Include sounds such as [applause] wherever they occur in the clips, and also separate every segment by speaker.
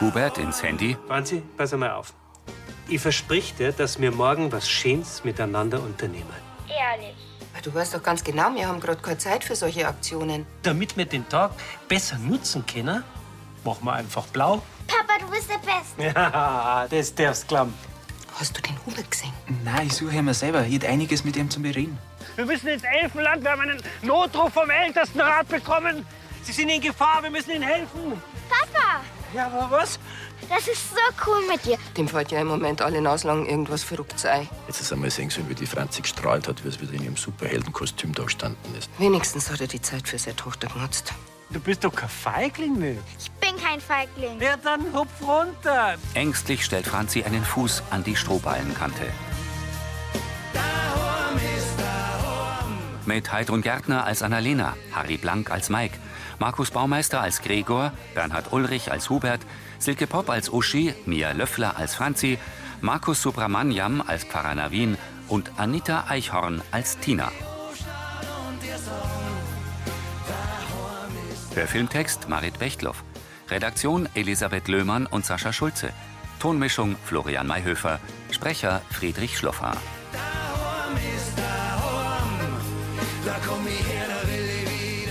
Speaker 1: Hubert ins Handy.
Speaker 2: Franzi, pass einmal auf. Ich versprich dir, dass wir morgen was Schönes miteinander unternehmen.
Speaker 3: Ehrlich.
Speaker 4: Du weißt doch ganz genau, wir haben gerade keine Zeit für solche Aktionen.
Speaker 2: Damit wir den Tag besser nutzen können, machen wir einfach blau.
Speaker 3: Papa, du bist der Beste.
Speaker 2: [laughs] Ja, das darfst glauben.
Speaker 4: Hast du den Hubert gesehen?
Speaker 5: Nein, ich suche ihn mir selber. Ich hätte einiges mit ihm zu bereden.
Speaker 6: Wir müssen ins Elfenland. Wir haben einen Notruf vom Ältestenrat bekommen. Sie sind in Gefahr. Wir müssen ihnen helfen.
Speaker 3: Papa,
Speaker 2: Ja, aber was?
Speaker 3: das ist so cool mit dir.
Speaker 4: Dem fällt ja im Moment alle Nasenlang irgendwas verrückt sei.
Speaker 7: Jetzt ist einmal sehen sollen, wie die Franzi gestrahlt hat, wie es wieder in ihrem Superheldenkostüm da gestanden ist.
Speaker 4: Wenigstens hat er die Zeit für seine Tochter genutzt.
Speaker 2: Du bist doch kein Feigling mehr.
Speaker 3: Ich bin kein Feigling.
Speaker 2: Ja, dann hupf runter.
Speaker 1: Ängstlich stellt Franzi einen Fuß an die Strohballenkante. Mit Heidrun Gärtner als Annalena, Harry Blank als Mike, Markus Baumeister als Gregor, Bernhard Ulrich als Hubert, Silke Popp als Uschi, Mia Löffler als Franzi, Markus Subramaniam als Pfarrer Navin und Anita Eichhorn als Tina. Der Filmtext Marit Bechtloff. Redaktion Elisabeth Löhmann und Sascha Schulze. Tonmischung Florian Mayhöfer. Sprecher Friedrich Schloffer.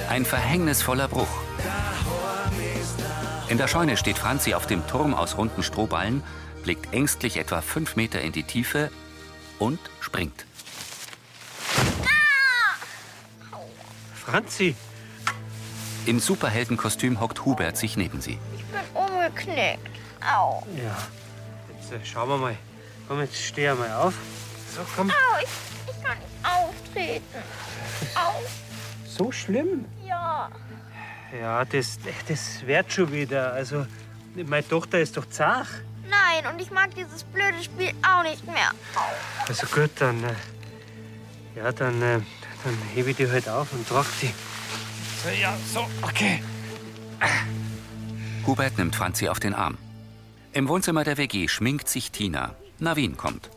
Speaker 1: Ein verhängnisvoller Bruch. In der Scheune steht Franzi auf dem Turm aus runden Strohballen, blickt ängstlich etwa fünf Meter in die Tiefe und springt.
Speaker 2: Franzi,
Speaker 1: Im Superheldenkostüm hockt Hubert sich neben sie.
Speaker 3: Ich bin umgeknickt. Au.
Speaker 2: Ja. Jetzt äh, schauen wir mal. Komm, jetzt steh mal auf. So, komm.
Speaker 3: Au, ich, ich kann nicht auftreten. Au.
Speaker 2: So schlimm?
Speaker 3: Ja.
Speaker 2: Ja, das, das wird schon wieder. Also, meine Tochter ist doch zach.
Speaker 3: Nein, und ich mag dieses blöde Spiel auch nicht mehr.
Speaker 2: Also gut, dann. äh, Ja, dann, äh, dann hebe ich die halt auf und trage die. So, ja, so, okay.
Speaker 1: Hubert nimmt Franzi auf den Arm. Im Wohnzimmer der WG schminkt sich Tina. Navin kommt.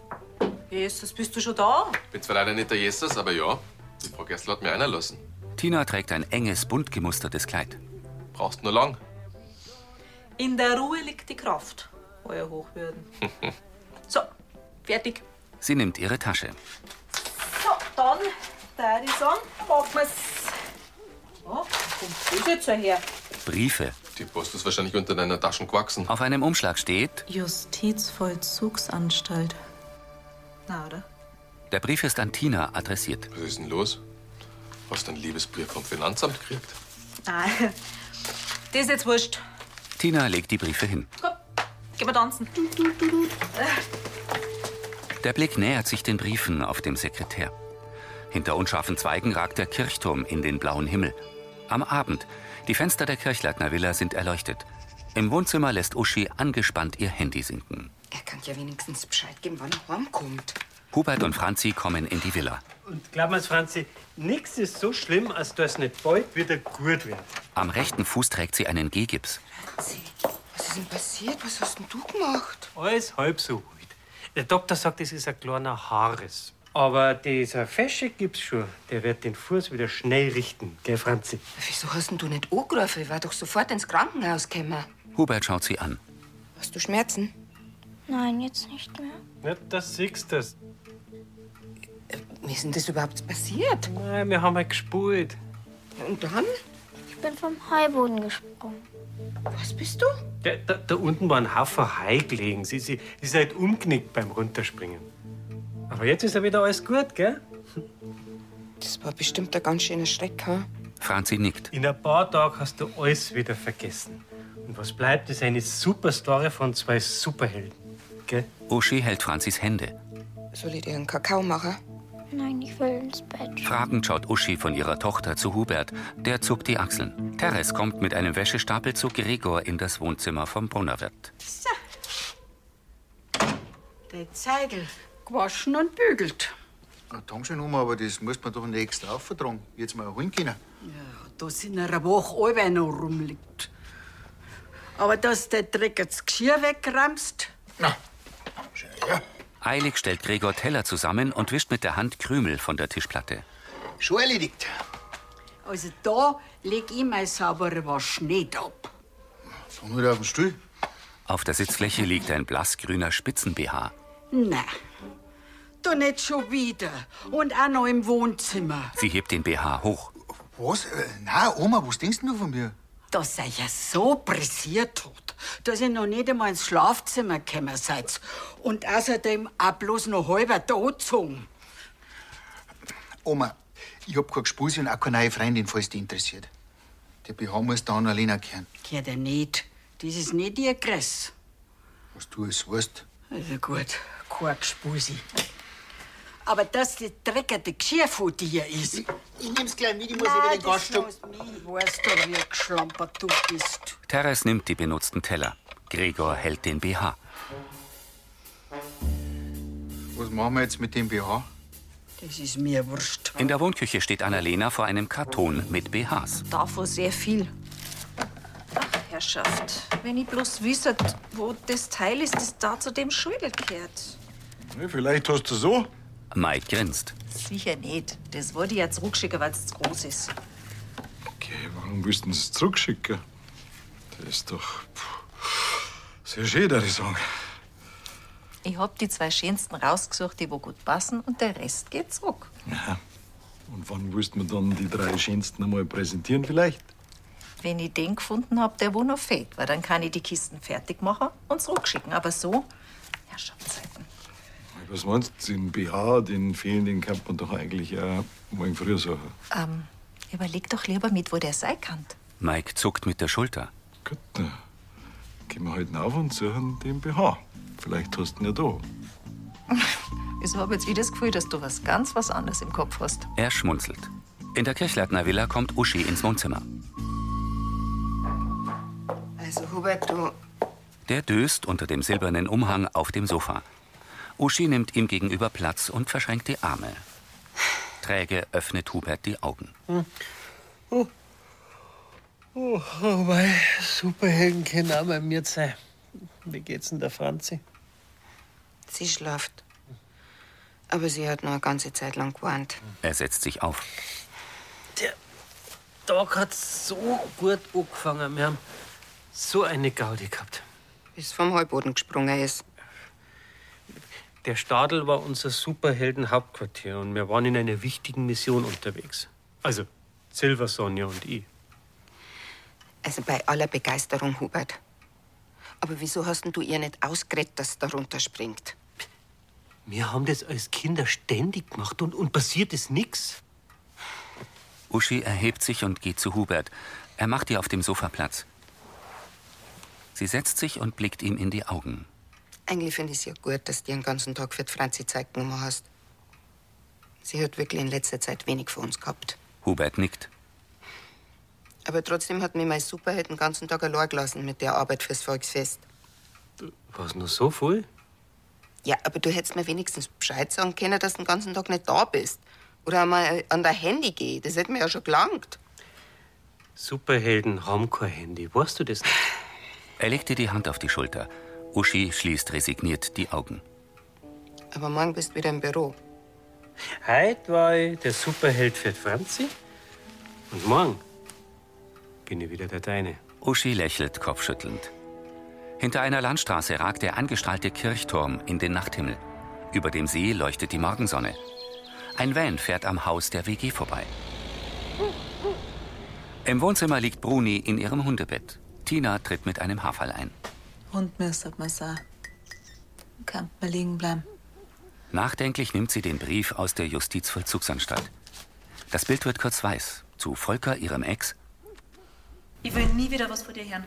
Speaker 8: Jesus, bist du schon da?
Speaker 9: Bin zwar leider nicht der Jesus, aber ja. Die Frau Gessler hat mir einer lassen.
Speaker 1: Tina trägt ein enges, bunt gemustertes Kleid.
Speaker 9: Brauchst nur lang. [laughs]
Speaker 8: In der Ruhe liegt die Kraft, euer Hochwürden. so, fertig.
Speaker 1: Sie nimmt ihre Tasche.
Speaker 8: So, dann, da ich sagen, machen wir's. Oh, kommt das jetzt her?
Speaker 1: Briefe.
Speaker 9: Die Post ist wahrscheinlich unter deiner Taschen gewachsen.
Speaker 1: Auf einem Umschlag steht,
Speaker 8: Justizvollzugsanstalt. Na, oder?
Speaker 1: der Brief ist an Tina adressiert.
Speaker 9: Was ist denn los? Hast du einen Liebesbrief vom Finanzamt gekriegt?
Speaker 8: Nein. Das ist jetzt wurscht.
Speaker 1: Tina legt die Briefe hin.
Speaker 8: Komm, gehen wir tanzen.
Speaker 1: Der Blick nähert sich den Briefen auf dem Sekretär. Hinter unscharfen Zweigen ragt der Kirchturm in den blauen Himmel. Am Abend. Die Fenster der Kirchleitner Villa sind erleuchtet. Im Wohnzimmer lässt Uschi angespannt ihr Handy sinken.
Speaker 4: Er kann ja wenigstens Bescheid geben, wann er heimkommt.
Speaker 1: Hubert und Franzi kommen in die Villa.
Speaker 2: Und glaub mir's, Franzi, nichts ist so schlimm, als dass nicht bald wieder gut wird.
Speaker 1: Am rechten Fuß trägt sie einen Gehgips.
Speaker 4: Was ist denn passiert? Was hast denn du gemacht?
Speaker 2: Alles halb so gut. Der Doktor sagt, es ist ein kleiner Haares. Aber dieser Fesche gibt's schon. Der wird den Fuß wieder schnell richten, gell, Franzi?
Speaker 4: Wieso hast denn du nicht angerufen? Ich war doch sofort ins Krankenhaus gekommen.
Speaker 1: Hubert schaut sie an.
Speaker 4: Hast du Schmerzen?
Speaker 3: Nein, jetzt nicht mehr.
Speaker 2: Ja, das siehst du.
Speaker 4: Wie ist denn das überhaupt passiert?
Speaker 2: Nein, wir haben halt gespult.
Speaker 4: Und dann?
Speaker 3: Ich bin vom Heuboden gesprungen.
Speaker 4: Was bist du?
Speaker 2: Da, da, da unten war ein Haufen Hai gelegen. Sie, sie, sie ist halt umknickt beim Runterspringen. Aber jetzt ist ja wieder alles gut, gell?
Speaker 4: Das war bestimmt ein ganz schöner Schreck, ha?
Speaker 1: Franzi nickt.
Speaker 2: In ein paar Tagen hast du alles wieder vergessen. Und was bleibt, ist eine Superstory von zwei Superhelden. Gell?
Speaker 1: Uschi hält Franzis Hände.
Speaker 4: Soll ich dir einen Kakao machen?
Speaker 3: Nein, ich will ins Bett.
Speaker 1: Fragend schaut Uschi von ihrer Tochter zu Hubert. Der zuckt die Achseln. Teres kommt mit einem Wäschestapel zu Gregor in das Wohnzimmer vom Brunnerwirt.
Speaker 8: Der Zeigel. Gewaschen und bügelt.
Speaker 10: Dankeschön, Oma, aber das muss man doch nicht extra aufvertragen. Jetzt mal holen können.
Speaker 8: Dass in einer Woche allweil noch rumliegt. Aber dass der Dreck jetzt Geschirr wegramst.
Speaker 1: Eilig stellt Gregor Teller zusammen und wischt mit der Hand Krümel von der Tischplatte.
Speaker 10: Schon erledigt.
Speaker 8: Also da leg ich mein saubere Wasch nicht ab.
Speaker 10: Dann halt auf den Stuhl.
Speaker 1: Auf der Sitzfläche liegt ein blassgrüner Spitzen-BH.
Speaker 8: Nein. Du nicht schon wieder. Und auch noch im Wohnzimmer.
Speaker 1: Sie hebt den BH hoch.
Speaker 10: Was? Äh, Na, Oma, was denkst denn du von mir?
Speaker 8: Dass er ja so pressiert hat, dass ihr noch nicht einmal ins Schlafzimmer gekommen seid. Und außerdem auch bloß noch halber angezogen.
Speaker 10: Oma, ich hab kein Gespulsi und auch keine neue Freundin, falls dich interessiert. Der BH muss da an Alena gehören.
Speaker 8: Gehört er nicht. Das ist nicht ihr Gress.
Speaker 10: Was du es weißt.
Speaker 8: Also gut, kein Gespulsi. Aber dass die dreckige Geschirr von dir ist.
Speaker 11: Ich nehm's gleich mit, ich muss über den Gaststuhl.
Speaker 8: Ich weiß doch, wie geschlampert du bist.
Speaker 1: Teres nimmt die benutzten Teller. Gregor hält den BH.
Speaker 10: Was machen wir jetzt mit dem BH?
Speaker 8: Das ist mir wurscht.
Speaker 1: In der Wohnküche steht Annalena vor einem Karton mit BHs.
Speaker 12: Davon sehr viel. Ach, Herrschaft, wenn ich bloß wüsste, wo das Teil ist, das da zu dem Schädel gehört.
Speaker 13: Nee, vielleicht hast du so.
Speaker 1: Mike grinst.
Speaker 12: Sicher nicht. Das wollte ich ja zurückschicken, weil es zu groß ist.
Speaker 13: Okay, warum willst du es zurückschicken? Das ist doch puh, sehr schön, der Song.
Speaker 12: Ich hab die zwei schönsten rausgesucht, die wo gut passen, und der Rest geht zurück.
Speaker 13: Und wann willst du mir dann die drei schönsten einmal präsentieren vielleicht?
Speaker 12: Wenn ich den gefunden hab, der wo noch fehlt, weil dann kann ich die Kisten fertig machen und zurückschicken. Aber so, Herrschaftszeiten.
Speaker 13: Was meinst du, den BH, den fehlenden kann man doch eigentlich auch morgen früh suchen.
Speaker 12: Ähm, überleg doch lieber mit, wo der sein kann.
Speaker 1: Mike zuckt mit der Schulter.
Speaker 13: Gut, na, gehen wir heute auf und suchen den BH. Vielleicht hast du ihn ja da.
Speaker 12: [laughs] Ich habe jetzt wieder das Gefühl, dass du was ganz was anderes im Kopf hast.
Speaker 1: Er schmunzelt. In der Kirchleitner Villa kommt Uschi ins Wohnzimmer.
Speaker 4: Also, Hubert, du.
Speaker 1: Der döst unter dem silbernen Umhang auf dem Sofa. Uschi nimmt ihm gegenüber Platz und verschränkt die Arme. Träge öffnet Hubert die Augen.
Speaker 11: Hm. Oh, oh, oh mein Superhelden können auch bei mir sein. Wie geht's denn der Franzi?
Speaker 4: Sie schlaft. Aber sie hat noch eine ganze Zeit lang gewarnt.
Speaker 1: Er setzt sich auf.
Speaker 2: Der Tag hat so gut angefangen. Wir haben so eine Gaudi gehabt.
Speaker 4: Bis vom Heuboden gesprungen ist.
Speaker 2: Der Stadel war unser Superhelden-Hauptquartier und wir waren in einer wichtigen Mission unterwegs. Also Silver Sonja und ich.
Speaker 4: Also bei aller Begeisterung, Hubert. Aber wieso hast denn du ihr nicht ausgeredet, dass sie da runterspringt?
Speaker 2: Wir haben das als Kinder ständig gemacht und, und passiert ist nichts.
Speaker 1: Uschi erhebt sich und geht zu Hubert. Er macht ihr auf dem Sofa Platz. Sie setzt sich und blickt ihm in die Augen.
Speaker 4: Eigentlich finde ich es ja gut, dass du dir den ganzen Tag für die Franzi Zeit genommen hast. Sie hat wirklich in letzter Zeit wenig von uns gehabt.
Speaker 1: Hubert nickt.
Speaker 4: Aber trotzdem hat mir mein Superheld den ganzen Tag allein gelassen mit der Arbeit fürs Volksfest.
Speaker 2: Was nur so voll?
Speaker 4: Ja, aber du hättest mir wenigstens Bescheid sagen können, dass du den ganzen Tag nicht da bist. Oder einmal an dein Handy geh. Das hätte mir ja schon gelangt.
Speaker 2: Superhelden haben kein Handy. Weißt du das nicht?
Speaker 1: Er legt ihr die Hand auf die Schulter. Uschi schließt resigniert die Augen.
Speaker 4: Aber morgen bist du wieder im Büro.
Speaker 2: Heute war ich der Superheld für die Franzi. Und morgen bin ich wieder der Deine.
Speaker 1: Uschi lächelt kopfschüttelnd. Hinter einer Landstraße ragt der angestrahlte Kirchturm in den Nachthimmel. Über dem See leuchtet die Morgensonne. Ein Van fährt am Haus der WG vorbei. Im Wohnzimmer liegt Bruni in ihrem Hundebett. Tina tritt mit einem Haarfall ein.
Speaker 14: Hund müsste man sagen. Kann mal liegen bleiben.
Speaker 1: Nachdenklich nimmt sie den Brief aus der Justizvollzugsanstalt. Das Bild wird kurz weiß. Zu Volker, ihrem Ex.
Speaker 15: Ich will nie wieder was von dir hören.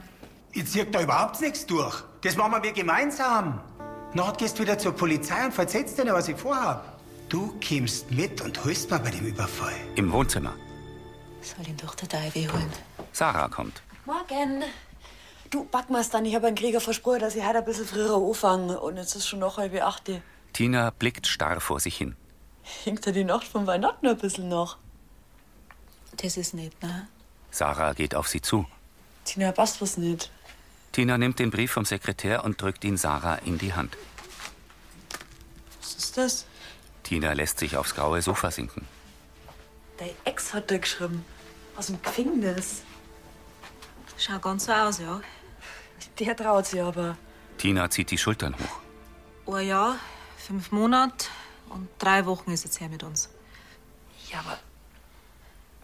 Speaker 16: Ich zieh da überhaupt nichts durch. Das machen wir gemeinsam. Nachher gehst du wieder zur Polizei und verzetzt dir, was ich vorhab. Du kommst mit und holst mir bei dem Überfall.
Speaker 1: Im Wohnzimmer.
Speaker 14: Soll ihn doch der Dive holen.
Speaker 1: Sarah kommt.
Speaker 17: Morgen. Du, Backmastern, ich habe einen Krieger versprochen, dass ich heute ein bisschen früher anfange. Und jetzt ist schon noch halb acht.
Speaker 1: Tina blickt starr vor sich hin.
Speaker 17: Hinkt dir die Nacht von Weihnachten ein bisschen noch?
Speaker 14: Das ist nicht, ne?
Speaker 1: Sarah geht auf sie zu.
Speaker 17: Tina, passt was nicht.
Speaker 1: Tina nimmt den Brief vom Sekretär und drückt ihn Sarah in die Hand.
Speaker 17: Was ist das?
Speaker 1: Tina lässt sich aufs graue Sofa sinken.
Speaker 17: Dein Ex hat da geschrieben. Aus dem Gefängnis.
Speaker 14: Schau ganz so aus, ja?
Speaker 17: Der traut sie aber.
Speaker 1: Tina zieht die Schultern hoch.
Speaker 15: Ein Jahr, fünf Monate und drei Wochen ist jetzt her mit uns.
Speaker 14: Ja, aber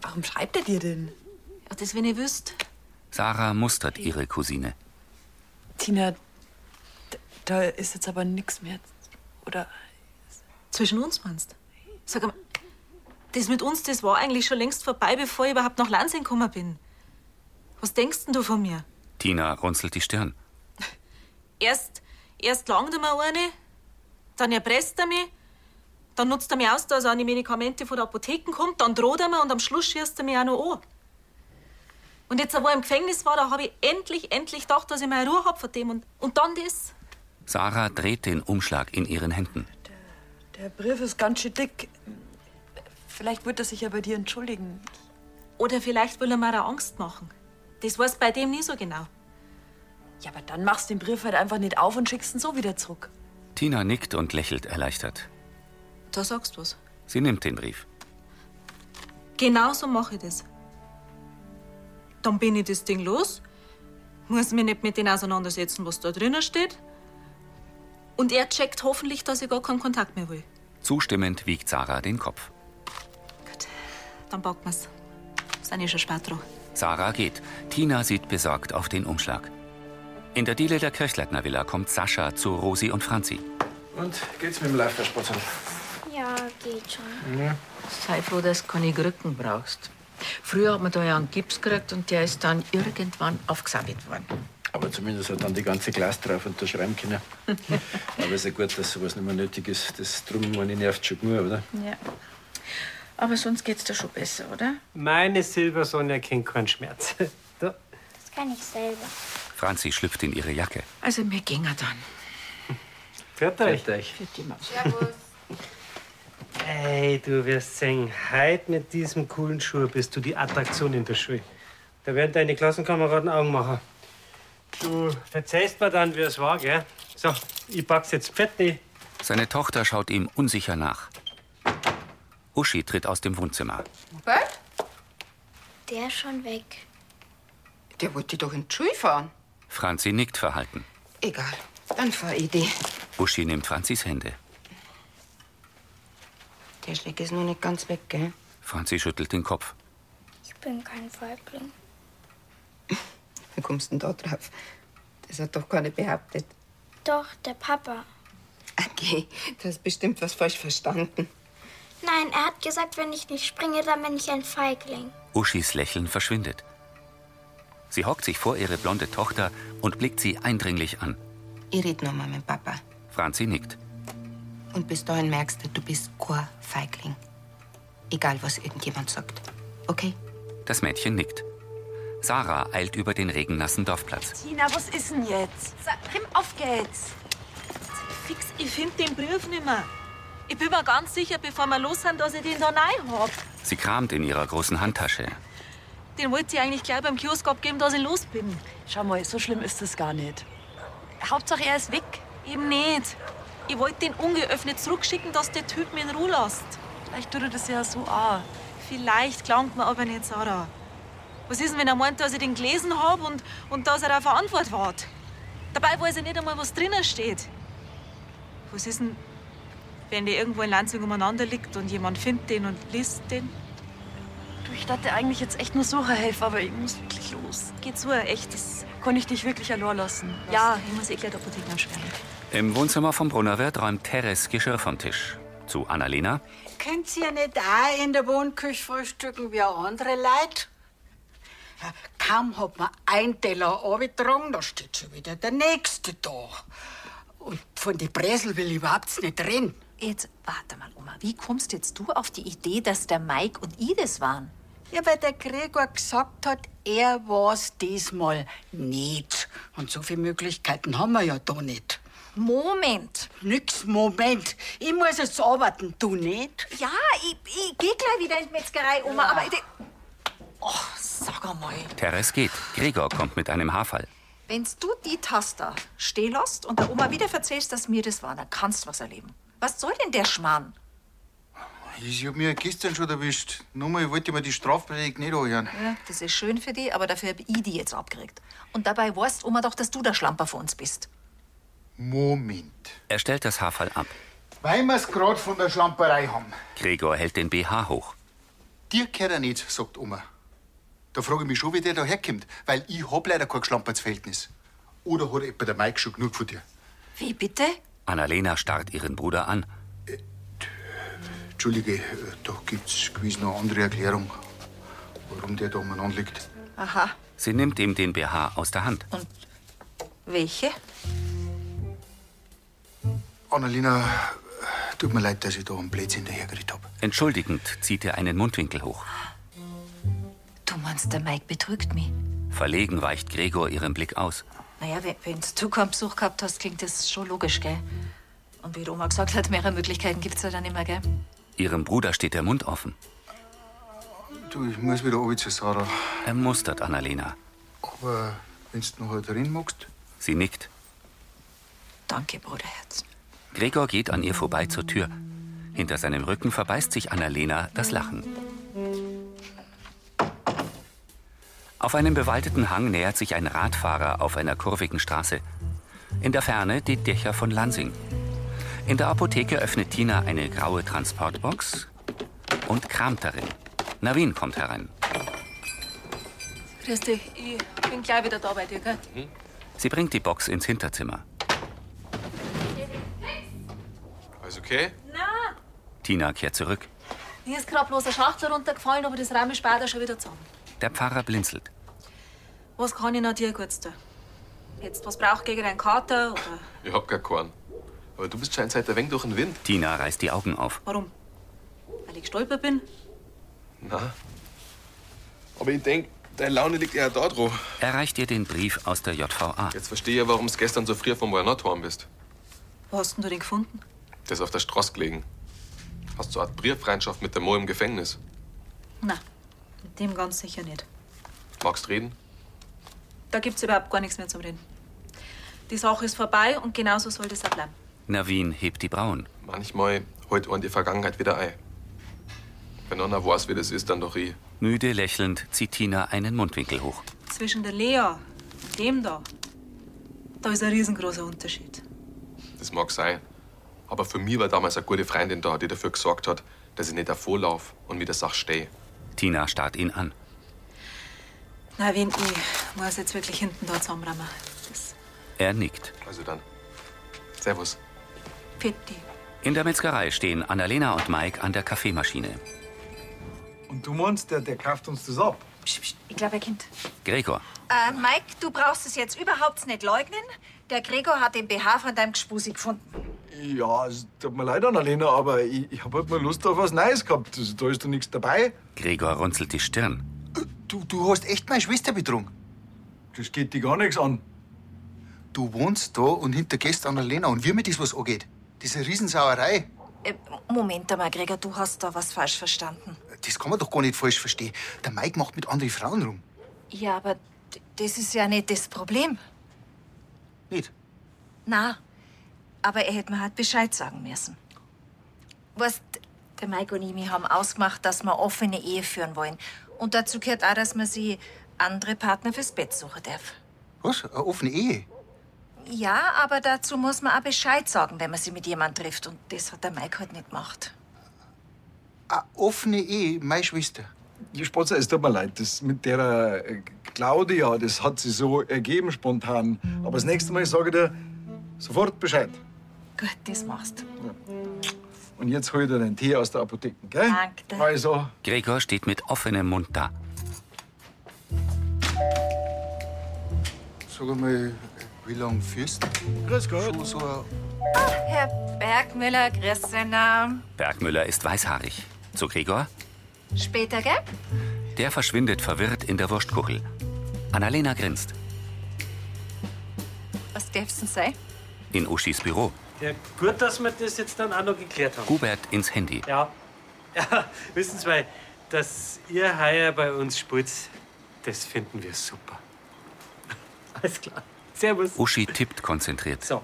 Speaker 14: warum schreibt er dir denn?
Speaker 15: Ja, das, wenn ihr wisst.
Speaker 1: Sarah mustert ihre Cousine.
Speaker 14: Tina, d- da ist jetzt aber nichts mehr. Oder
Speaker 15: Zwischen uns meinst Sag mal, das mit uns, das war eigentlich schon längst vorbei, bevor ich überhaupt nach Lansing gekommen bin. Was denkst denn du von mir?
Speaker 1: Tina runzelt die Stirn.
Speaker 15: Erst, erst langt er mir eine, dann erpresst er mich, dann nutzt er mich aus, dass er an die Medikamente von der Apotheke kommt, dann droht er mir und am Schluss schießt er mich auch noch an. Und jetzt, wo er im Gefängnis war, da habe ich endlich, endlich gedacht, dass ich meine Ruhe habe von dem. Und, und dann das.
Speaker 1: Sarah dreht den Umschlag in ihren Händen.
Speaker 14: der Brief ist ganz schön dick. Vielleicht wird er sich ja bei dir entschuldigen.
Speaker 15: Oder vielleicht will er mir auch Angst machen. Das weiß bei dem nie so genau.
Speaker 14: Ja, aber dann machst du den Brief halt einfach nicht auf und schickst ihn so wieder zurück.
Speaker 1: Tina nickt und lächelt erleichtert.
Speaker 15: Da sagst du was.
Speaker 1: Sie nimmt den Brief.
Speaker 15: Genau so mache ich das. Dann bin ich das Ding los, muss mich nicht mit denen auseinandersetzen, was da drinnen steht. Und er checkt hoffentlich, dass ich gar keinen Kontakt mehr will.
Speaker 1: Zustimmend wiegt Sarah den Kopf.
Speaker 15: Dann packt wir's. Sind ja schon spät dran.
Speaker 1: Sarah geht. Tina sieht besorgt auf den Umschlag. In der Diele der Kirchleitner Villa kommt Sascha zu Rosi und Franzi.
Speaker 18: Und geht's mit dem Live-Verspottel?
Speaker 3: Ja, geht schon.
Speaker 19: Sei froh, dass du keine Krücken brauchst. Früher hat man da ja einen Gips gekriegt und der ist dann irgendwann aufgesammelt worden.
Speaker 7: Aber zumindest hat dann die ganze Glas drauf unterschreiben
Speaker 18: [laughs]
Speaker 7: können. Aber ist ja gut, dass sowas nicht mehr nötig ist. Das drum meine nervt schon genug, oder?
Speaker 19: Ja. Aber sonst geht's dir schon besser, oder?
Speaker 2: Meine Silbersonne kennt keinen Schmerz. [laughs] Da.
Speaker 3: Das kann ich selber.
Speaker 1: Franzi schlüpft in ihre Jacke.
Speaker 19: Also, mir ging er dann.
Speaker 2: Pfiat euch.
Speaker 19: Für die Maus.
Speaker 2: Ey, du wirst sehen, heute mit diesem coolen Schuh bist du die Attraktion in der Schule. Da werden deine Klassenkameraden Augen machen. Du verzeihst mir dann, wie es war, gell? So, ich pack's jetzt fett nicht.
Speaker 1: Seine Tochter schaut ihm unsicher nach. Uschi tritt aus dem Wohnzimmer.
Speaker 4: Bert?
Speaker 3: Der ist schon weg.
Speaker 4: Der wollte doch in die Schule fahren.
Speaker 1: Franzi nickt verhalten.
Speaker 4: Egal, dann fahr ich die.
Speaker 1: Uschi nimmt Franzis Hände.
Speaker 4: Der Schleck ist noch nicht ganz weg, gell?
Speaker 1: Franzi schüttelt den Kopf.
Speaker 3: Ich bin kein Feigling.
Speaker 4: Wie kommst du denn da drauf? Das hat doch keiner behauptet. [laughs]
Speaker 3: Doch, der Papa.
Speaker 4: Okay, du hast bestimmt was falsch verstanden.
Speaker 3: Nein, er hat gesagt, wenn ich nicht springe, dann bin ich ein Feigling.
Speaker 1: Uschis Lächeln verschwindet. Sie hockt sich vor ihre blonde Tochter und blickt sie eindringlich an.
Speaker 4: Ich red noch mal mit Papa.
Speaker 1: Franzi nickt.
Speaker 4: Und bis dahin merkst du, du bist kein Feigling. Egal, was irgendjemand sagt. Okay?
Speaker 1: Das Mädchen nickt. Sarah eilt über den regennassen Dorfplatz.
Speaker 17: Tina, was ist denn jetzt? Kim, auf geht's.
Speaker 15: Fix, ich finde den Brief nicht mehr. Ich bin mir ganz sicher, bevor wir los sind, dass ich den da rein hab.
Speaker 1: Sie kramt in ihrer großen Handtasche.
Speaker 15: Den wollte ich eigentlich gleich beim Kiosk abgeben, dass ich los bin.
Speaker 17: Schau mal, so schlimm ist es gar nicht.
Speaker 15: Hauptsache, er ist weg. Eben nicht. Ich wollte den ungeöffnet zurückschicken, dass der Typ mich in Ruhe lässt. Vielleicht tut er das ja so auch. Vielleicht klangt mir aber nicht, Sarah. Was ist denn, wenn er meint, dass ich den gelesen habe und, und dass er auf eine Antwort wart? Dabei weiß ich nicht einmal, was drinnen steht. Was ist denn, wenn der irgendwo in Lansing umeinander liegt und jemand findet den und liest den?
Speaker 17: Du, ich dachte eigentlich jetzt echt nur
Speaker 14: Oh,
Speaker 17: Sucherhelfer, aber ich muss wirklich los.
Speaker 15: Geh zu, echt. Das
Speaker 17: Konnte ich dich wirklich allein lassen?
Speaker 15: Ja, ich muss eh gleich die Apotheke anschwärmen.
Speaker 1: Im Wohnzimmer vom Brunnerwirt räumt Teres Geschirr vom Tisch. Zu Annalena.
Speaker 8: Könnt ihr nicht auch in der Wohnküche frühstücken wie andere Leute? Ja, kaum hat man ein Teller abgetragen, da steht schon wieder der nächste da. Und von der Bresel will ich überhaupt nicht reden.
Speaker 19: Jetzt warte mal, Oma. Wie kommst jetzt du auf die Idee, dass der Mike und ich das waren?
Speaker 8: Ja, weil der Gregor gesagt hat, er war's diesmal nicht. Und so viele Möglichkeiten haben wir ja da nicht.
Speaker 19: Moment.
Speaker 8: Nix Moment. Ich muss jetzt arbeiten, du nicht?
Speaker 19: Ja, ich, ich geh gleich wieder in die Metzgerei, Oma, aber ich... Oh, sag einmal.
Speaker 1: Teres geht. Gregor kommt mit einem Haarfall.
Speaker 19: Wenn's du die Taster stehen lässt und der Oma wieder erzählst, dass mir das war, dann kannst du was erleben. Was soll denn der Schmarrn?
Speaker 10: Ich hab mich ja gestern schon erwischt. Nur mal wollte ich mir die Strafpredigt nicht anhören.
Speaker 19: Ja, das ist schön für die, aber dafür hab ich die jetzt abgeregt. Und dabei weißt Oma doch, dass du der Schlamper von uns bist.
Speaker 10: Moment.
Speaker 1: Er stellt das Haarfall ab.
Speaker 10: Weil wir's grad von der Schlamperei haben.
Speaker 1: Gregor hält den BH hoch.
Speaker 10: Dir gehört er nicht, sagt Oma. Da frage ich mich schon, wie der da herkommt, weil ich hab leider kein Geschlampertsverhältnis. Oder hat etwa der Mike schon genug von dir?
Speaker 12: Wie bitte?
Speaker 1: Annalena starrt ihren Bruder an.
Speaker 10: Entschuldige, äh, da gibt's gewiss noch eine andere Erklärung, warum der da umeinander liegt.
Speaker 12: Aha.
Speaker 1: Sie nimmt ihm den BH aus der Hand.
Speaker 12: Welche?
Speaker 10: Annalena, äh, tut mir leid, dass ich da einen Blödsinn dahergeredet hab.
Speaker 1: Entschuldigend zieht er einen Mundwinkel hoch.
Speaker 12: Du meinst, der Mike betrügt mich.
Speaker 1: Verlegen weicht Gregor ihrem Blick aus.
Speaker 12: Naja, wenn, wenn du keinen Besuch gehabt hast, klingt das schon logisch, gell? Und wie die Oma gesagt hat, mehrere Möglichkeiten gibt's ja dann immer, gell?
Speaker 1: Ihrem Bruder steht der Mund offen.
Speaker 10: Du, ich muss wieder runter zu Sarah.
Speaker 1: Er mustert Annalena.
Speaker 10: Aber wenn's noch halt reden magst.
Speaker 1: Sie nickt.
Speaker 12: Danke, Bruderherz.
Speaker 1: Gregor geht an ihr vorbei zur Tür. Hinter seinem Rücken verbeißt sich Annalena das Lachen. Auf einem bewaldeten Hang nähert sich ein Radfahrer auf einer kurvigen Straße. In der Ferne die Dächer von Lansing. In der Apotheke öffnet Tina eine graue Transportbox und kramt darin. Navin kommt herein.
Speaker 15: Grüß dich, ich bin gleich wieder da bei dir, gell?
Speaker 1: Sie bringt die Box ins Hinterzimmer.
Speaker 9: Alles okay?
Speaker 15: Na,
Speaker 1: Tina kehrt zurück.
Speaker 15: mir ist gerade bloß eine Schachtel runtergefallen, aber das Raum ist später schon wieder zusammen.
Speaker 1: Der Pfarrer blinzelt.
Speaker 15: Was kann ich noch dir Gutes tun? Jetzt was braucht gegen einen Kater oder
Speaker 9: Ich hab gar keinen. Aber du bist scheinbar ein wenig durch den Wind.
Speaker 1: Tina reißt die Augen auf.
Speaker 15: warum? Weil ich gestolpert bin?
Speaker 9: Na. Aber ich denk, deine Laune liegt eher da drauf.
Speaker 1: Er reicht ihr den Brief aus der JVA.
Speaker 9: Jetzt verstehe ich, warum du gestern so früh vom Wernot heim bist.
Speaker 15: Wo hast denn du den gefunden?
Speaker 9: Der ist auf der Straße gelegen. Hast so eine Art Brieffreundschaft mit der Mo im Gefängnis.
Speaker 15: Na, mit dem ganz sicher nicht.
Speaker 9: Magst reden?
Speaker 15: Da gibt's überhaupt gar nichts mehr zum Reden. Die Sache ist vorbei und genauso soll das auch bleiben.
Speaker 1: Navin hebt die Brauen.
Speaker 9: Manchmal holt man die Vergangenheit wieder ein. Wenn einer weiß, wie das ist, dann doch ich.
Speaker 1: Müde lächelnd zieht Tina einen Mundwinkel hoch.
Speaker 15: Zwischen der Lea und dem da, da ist ein riesengroßer Unterschied.
Speaker 9: Das mag sein. Aber für mich war damals eine gute Freundin da, die dafür gesorgt hat, dass ich nicht davonlauf und mit der Sache stehe.
Speaker 1: Tina starrt ihn an.
Speaker 15: Na, wen ich muss jetzt wirklich hinten da zusammenrammen. Das
Speaker 1: Er nickt.
Speaker 9: Also dann. Servus.
Speaker 15: Pitti.
Speaker 1: In der Metzgerei stehen Annalena und Mike an der Kaffeemaschine.
Speaker 20: Und du meinst, der, der kauft uns das ab?
Speaker 12: Ich glaube, er kennt.
Speaker 1: Gregor.
Speaker 12: Äh, Mike, du brauchst es jetzt überhaupt nicht leugnen. Der Gregor hat den BH von deinem Gspusi gefunden.
Speaker 20: Ja, es tut mir leid, Annalena, aber ich, ich hab halt mal Lust auf was Neues gehabt. Also, da ist doch nichts dabei.
Speaker 1: Gregor runzelt die Stirn.
Speaker 20: Du, du hast echt meine Schwester betrunken. Das geht dich gar nichts an.
Speaker 10: Du wohnst da und hintergehst Annalena und wie mir das was angeht. Diese Riesensauerei,
Speaker 12: Äh, Moment einmal, Gregor, du hast da was falsch verstanden.
Speaker 10: das kann man doch gar nicht falsch verstehen. Der Mike macht mit anderen Frauen rum.
Speaker 12: Ja, aber d- das ist ja nicht das Problem.
Speaker 10: Nicht?
Speaker 12: Na, aber er hätte mir halt Bescheid sagen müssen. Weißt, der Mike und ich wir haben ausgemacht, dass wir offene Ehe führen wollen. Und dazu gehört auch, dass man sie andere Partner fürs Bett suchen darf.
Speaker 10: Was? Eine offene Ehe?
Speaker 12: Ja, aber dazu muss man auch Bescheid sagen, wenn man sie mit jemandem trifft. Und das hat der Mike halt nicht gemacht.
Speaker 10: Eine offene Ehe, meine Schwester.
Speaker 20: Ja, Spatzer, es tut mir leid. Das mit der äh, Claudia, das hat sich so ergeben spontan. Aber das nächste Mal sage ich dir sofort Bescheid.
Speaker 12: Gut, das machst du.
Speaker 20: Und jetzt hol dir deinen Tee aus der Apotheke, gell? Danke. Also,
Speaker 1: Gregor steht mit offenem Mund da.
Speaker 10: Sag mal, wie lange führst du? Grüß Gott. Schon so eine
Speaker 12: Herr Bergmüller, grüß seinen Namen.
Speaker 1: Bergmüller ist weißhaarig. Zu Gregor?
Speaker 12: Später, gell?
Speaker 1: Der verschwindet verwirrt in der Wurstkuchel. Annalena grinst.
Speaker 12: Was darf's denn sein?
Speaker 1: In Uschis Büro.
Speaker 2: Ja, gut, dass wir das jetzt dann auch noch geklärt haben.
Speaker 1: Hubert ins Handy.
Speaker 2: Ja. [laughs] ja wissen Sie, weil, dass ihr heuer bei uns spielt, das finden wir super. [laughs] Alles klar. Servus.
Speaker 1: Uschi tippt konzentriert.
Speaker 2: So.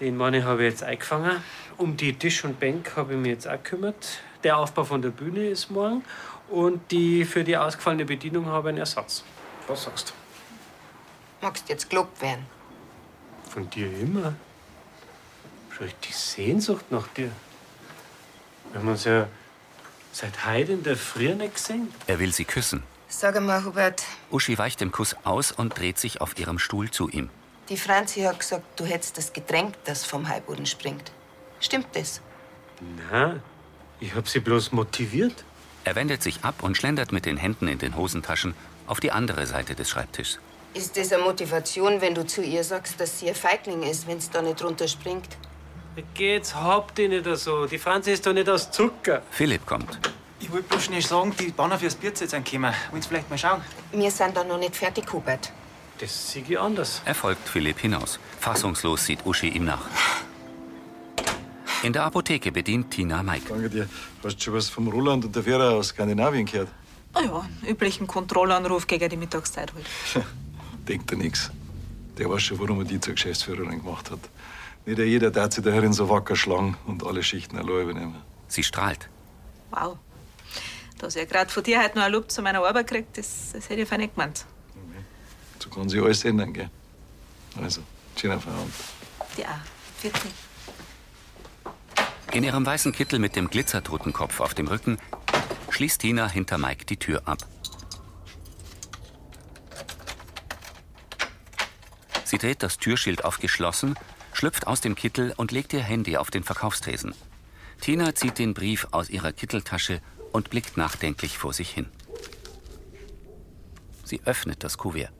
Speaker 2: Den Mann habe ich jetzt eingefangen. Um die Tisch und Bank habe ich mich jetzt auch gekümmert. Der Aufbau von der Bühne ist morgen. Und die für die ausgefallene Bedienung habe ich einen Ersatz. Was sagst du?
Speaker 4: Magst jetzt gelobt werden?
Speaker 2: Von dir immer. Schon die Sehnsucht nach dir. Wir haben uns ja seit heute in der Früh nicht gesehen.
Speaker 1: Er will sie küssen.
Speaker 4: Sag einmal, Hubert,
Speaker 1: Uschi weicht dem Kuss aus und dreht sich auf ihrem Stuhl zu ihm.
Speaker 4: die Franzi hat gesagt, du hättest das Getränk, das vom Heuboden springt. Stimmt das?
Speaker 2: Na, ich hab sie bloß motiviert.
Speaker 1: Er wendet sich ab und schlendert mit den Händen in den Hosentaschen auf die andere Seite des Schreibtischs.
Speaker 4: Ist das eine Motivation, wenn du zu ihr sagst, dass sie ein Feigling ist, wenn sie da nicht runterspringt?
Speaker 2: Geht's, habt ihr nicht so. Die Franzi ist doch nicht aus Zucker.
Speaker 1: Philipp kommt.
Speaker 5: Ich wollte bloß schnell sagen, die Banner fürs Bierzelt sind gekommen. Wollen Sie vielleicht mal schauen?
Speaker 4: Wir sind da noch nicht fertig, Hubert.
Speaker 2: Das sehe ich anders.
Speaker 1: Er folgt Philipp hinaus. Fassungslos sieht Uschi ihm nach. In der Apotheke bedient Tina Mike.
Speaker 20: Danke dir. Hast du schon was vom Roland und der Vera aus Skandinavien gehört?
Speaker 15: Ah ja, üblichen Kontrollanruf gegen die Mittagszeit halt.
Speaker 20: [laughs] Denkt er nichts. Der weiß schon, warum er die zur Geschäftsführerin gemacht hat. Nicht jeder darf sich der Herrin so wacker schlagen und alle Schichten allein übernehmen.
Speaker 1: Sie strahlt.
Speaker 15: Wow. Dass ich gerade von dir heute noch ein Lob zu meiner Arbeit kriegt, das, das hätte ich vorher nicht gemeint.
Speaker 20: So kann sich alles ändern, gell? Also, schöner Feierabend.
Speaker 15: Die auch. Vierte.
Speaker 1: In ihrem weißen Kittel mit dem Glitzertotenkopf auf dem Rücken schließt Tina hinter Mike die Tür ab. Sie dreht das Türschild auf geschlossen, schlüpft aus dem Kittel und legt ihr Handy auf den Verkaufstresen. Tina zieht den Brief aus ihrer Kitteltasche und blickt nachdenklich vor sich hin. Sie öffnet das Kuvert.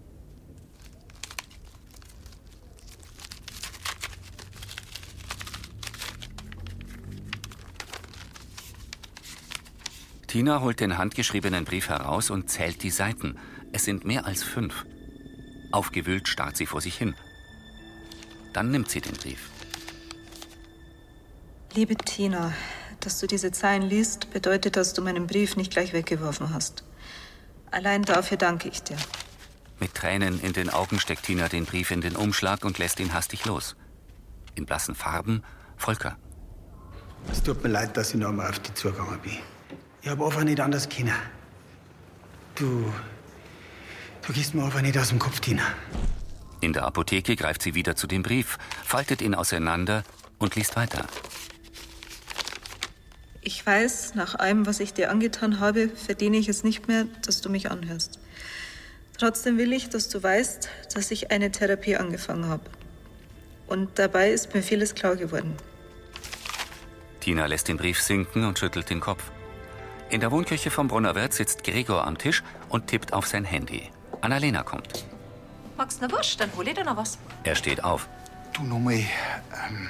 Speaker 1: Tina holt den handgeschriebenen Brief heraus und zählt die Seiten. Es sind mehr als fünf. Aufgewühlt starrt sie vor sich hin. Dann nimmt sie den Brief.
Speaker 15: Liebe Tina, dass du diese Zeilen liest, bedeutet, dass du meinen Brief nicht gleich weggeworfen hast. Allein dafür danke ich dir.
Speaker 1: Mit Tränen in den Augen steckt Tina den Brief in den Umschlag und lässt ihn hastig los. In blassen Farben Volker.
Speaker 16: Es tut mir leid, dass ich noch einmal auf dich zugegangen bin. Ich habe einfach nicht anders können. Du. Du gehst mir einfach nicht aus dem Kopf, Tina.
Speaker 1: In der Apotheke greift sie wieder zu dem Brief, faltet ihn auseinander und liest weiter.
Speaker 15: Ich weiß, nach allem, was ich dir angetan habe, verdiene ich es nicht mehr, dass du mich anhörst. Trotzdem will ich, dass du weißt, dass ich eine Therapie angefangen habe. Und dabei ist mir vieles klar geworden.
Speaker 1: Tina lässt den Brief sinken und schüttelt den Kopf. In der Wohnküche vom Brunnerwirt sitzt Gregor am Tisch und tippt auf sein Handy. Annalena kommt.
Speaker 12: Magst du noch was? Dann hol ich dir noch was.
Speaker 1: Er steht auf.
Speaker 10: Du nochmal, ähm,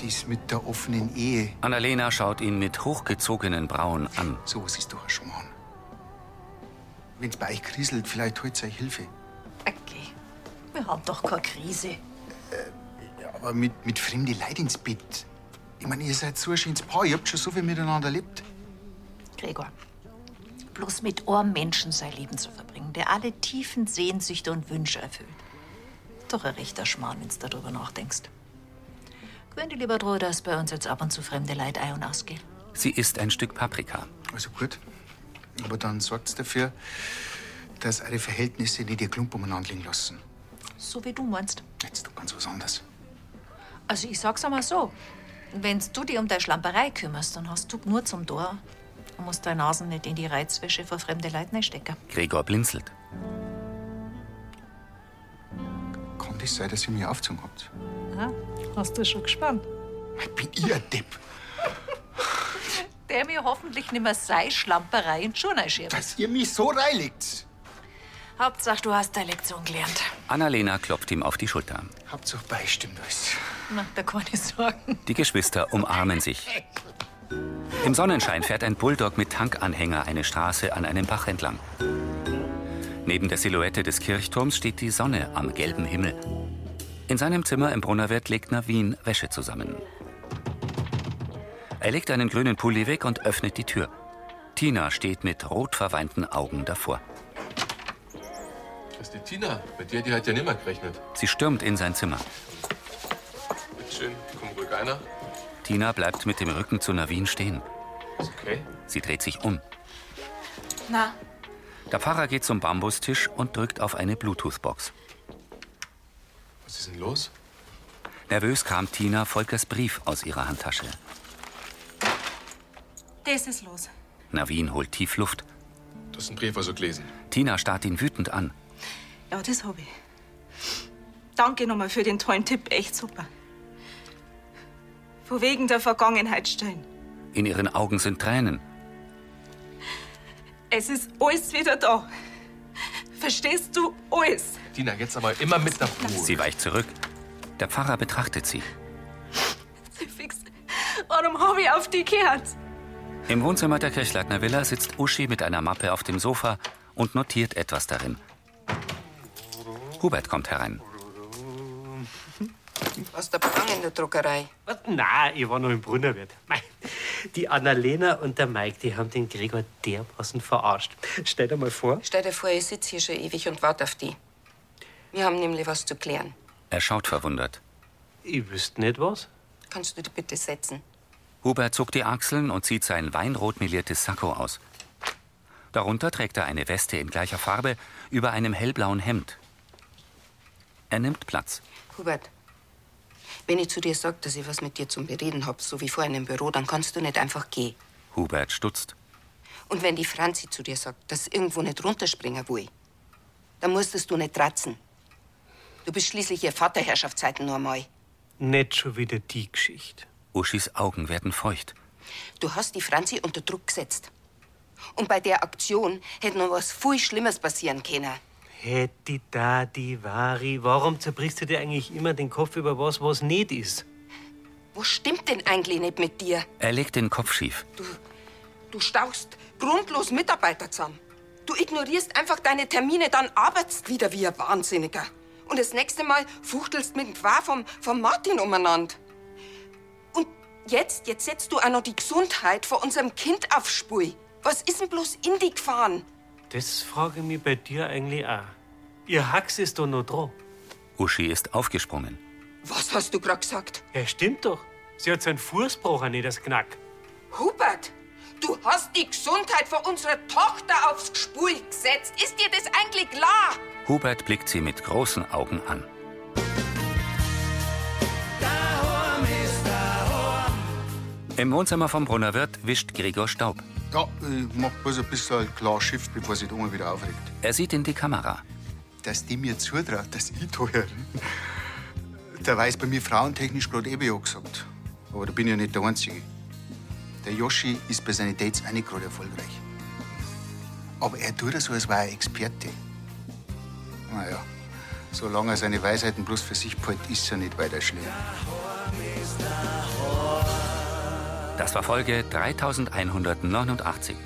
Speaker 10: dies mit der offenen Ehe.
Speaker 1: Annalena schaut ihn mit hochgezogenen Brauen an.
Speaker 10: So was ist doch schon mal. Wenn's bei euch kriselt, vielleicht holt euch Hilfe.
Speaker 12: Wir haben doch keine Krise.
Speaker 10: Äh, Aber mit, mit fremden Leuten ins Bett. Ich meine, ihr seid so ein schönes Paar, ihr habt schon so viel miteinander erlebt.
Speaker 12: Gregor, bloß mit einem Menschen sein Leben zu verbringen, der alle tiefen Sehnsüchte und Wünsche erfüllt. Doch ein rechter Schmarrn, wenn du darüber nachdenkst. Gewöhn dir lieber dran, dass bei uns jetzt ab und zu fremde Leid ein- und ausgehen.
Speaker 1: Sie isst ein Stück Paprika.
Speaker 10: Also gut. Aber dann sorgt's dafür, dass eure Verhältnisse nicht ihr Klump umeinander liegen lassen.
Speaker 12: So wie du meinst.
Speaker 10: Jetzt doch ganz was anderes.
Speaker 12: Also ich sag's einmal so. Wenn du dich um deine Schlamperei kümmerst, dann hast du nur zum Tor und musst deine Nasen nicht in die Reizwäsche vor fremde Leuten stecken.
Speaker 1: Gregor blinzelt.
Speaker 10: Kann das sein, dass ihr mich aufgezogen habt?
Speaker 12: Ah, hast du schon gespannt?
Speaker 10: Bin ich ein Depp?
Speaker 12: Der mir hoffentlich nimmer sei Schlamperei in Schuhe schiebt.
Speaker 10: Dass ihr mich so reinlegt?
Speaker 12: Hauptsache, du hast deine Lektion gelernt.
Speaker 1: Annalena klopft ihm auf die Schulter.
Speaker 10: Hauptsache beistimmt euch.
Speaker 12: Na, da kann ich sagen.
Speaker 1: Die Geschwister umarmen sich. Im Sonnenschein fährt ein Bulldog mit Tankanhänger eine Straße an einem Bach entlang. Neben der Silhouette des Kirchturms steht die Sonne am gelben Himmel. In seinem Zimmer im Brunnerwirt legt Navin Wäsche zusammen. Er legt einen grünen Pulli weg und öffnet die Tür. Tina steht mit rot verweinten Augen davor.
Speaker 9: Das ist die Tina. Mit dir hätte ich halt ja niemand gerechnet.
Speaker 1: Sie stürmt in sein Zimmer.
Speaker 9: Bitte schön, komm ruhig einer.
Speaker 1: Tina bleibt mit dem Rücken zu Navin stehen.
Speaker 9: Ist okay.
Speaker 1: Sie dreht sich um.
Speaker 12: Na,
Speaker 1: Der Pfarrer geht zum Bambustisch und drückt auf eine Bluetooth-Box.
Speaker 9: Was ist denn los?
Speaker 1: Nervös kam Tina Volkers Brief aus ihrer Handtasche.
Speaker 15: Das ist los.
Speaker 1: Navin holt tief Luft.
Speaker 9: Du hast den Brief also gelesen.
Speaker 1: Tina starrt ihn wütend an.
Speaker 15: Ja, das hab ich. Danke nochmal für den tollen Tipp, echt super. Vor wegen der Vergangenheit stellen.
Speaker 1: In ihren Augen sind Tränen.
Speaker 15: Es ist alles wieder da. Verstehst du alles?
Speaker 9: Tina, jetzt aber immer mit nach Ruhe.
Speaker 1: Sie weicht zurück. Der Pfarrer betrachtet sie.
Speaker 15: Fix. Warum hab ich auf die gehört?
Speaker 1: Im Wohnzimmer der Kirchleitner Villa sitzt Uschi mit einer Mappe auf dem Sofa und notiert etwas darin. Hubert kommt herein.
Speaker 4: Aus der Bange in der Druckerei.
Speaker 2: Was? Nein, ich war noch im Brunnerwirt. Mei, Die Annalena und der Mike, die haben den Gregor dermaßen verarscht. Stell dir mal vor.
Speaker 4: Stell dir vor, ich sitze hier schon ewig und warte auf die. Wir haben nämlich was zu klären.
Speaker 1: Er schaut verwundert.
Speaker 2: Ich wüsste nicht was.
Speaker 4: Kannst du dich bitte setzen?
Speaker 1: Hubert zuckt die Achseln und zieht sein weinrot meliertes Sakko aus. Darunter trägt er eine Weste in gleicher Farbe über einem hellblauen Hemd. Er nimmt Platz.
Speaker 4: Hubert, wenn ich zu dir sage, dass ich was mit dir zum Bereden hab, so wie vorhin im Büro, dann kannst du nicht einfach gehen.
Speaker 1: Hubert stutzt.
Speaker 4: Und wenn die Franzi zu dir sagt, dass sie irgendwo nicht runterspringen will, dann musstest du nicht ratzen. Du bist schließlich ihr Vaterherrschaftszeiten nur einmal.
Speaker 2: Nicht schon wieder die Geschichte.
Speaker 1: Uschis Augen werden feucht.
Speaker 4: Du hast die Franzi unter Druck gesetzt. Und bei der Aktion hätte noch was viel Schlimmes passieren können.
Speaker 2: Hätti da die Vari, warum zerbrichst du dir eigentlich immer den Kopf über was, was nicht ist?
Speaker 4: Was stimmt denn eigentlich nicht mit dir?
Speaker 1: Er legt den Kopf schief.
Speaker 4: Du stauchst grundlos Mitarbeiter zusammen. Du ignorierst einfach deine Termine, dann arbeitest wieder wie ein Wahnsinniger. Und das nächste Mal fuchtelst mit dem Qua vom, vom Martin umeinander. Und jetzt, jetzt setzt du auch noch die Gesundheit vor unserem Kind auf Spur. Was ist denn bloß in die gefahren?
Speaker 2: Das frage ich mich bei dir eigentlich auch. Ihr Hax ist doch noch dran.
Speaker 1: Uschi ist aufgesprungen.
Speaker 4: Was hast du gerade gesagt?
Speaker 2: Ja, stimmt doch. Sie hat seinen Fuß gebrochen, nicht das Knack.
Speaker 4: Hubert, du hast die Gesundheit von unserer Tochter aufs Gespul gesetzt. Ist dir das eigentlich klar?
Speaker 1: Hubert blickt sie mit großen Augen an. Im Wohnzimmer vom Brunnerwirt wischt Gregor Staub.
Speaker 10: Ja, ich mach bloß ein bisschen klar Schiff, bevor sie die Unge wieder aufregt.
Speaker 1: Er sieht in die Kamera.
Speaker 10: Dass die mir zutraut, dass ich da [laughs] herin. Der weiß bei mir frauentechnisch gerade eben ja gesagt. Aber da bin ich ja nicht der Einzige. Der Yoshi ist bei seinen Dates auch nicht gerade erfolgreich. Aber er tut das so, als wäre er Experte. Naja, solange er seine Weisheiten bloß für sich behält, ist er nicht weiter schlimm.
Speaker 1: Das war Folge 3189.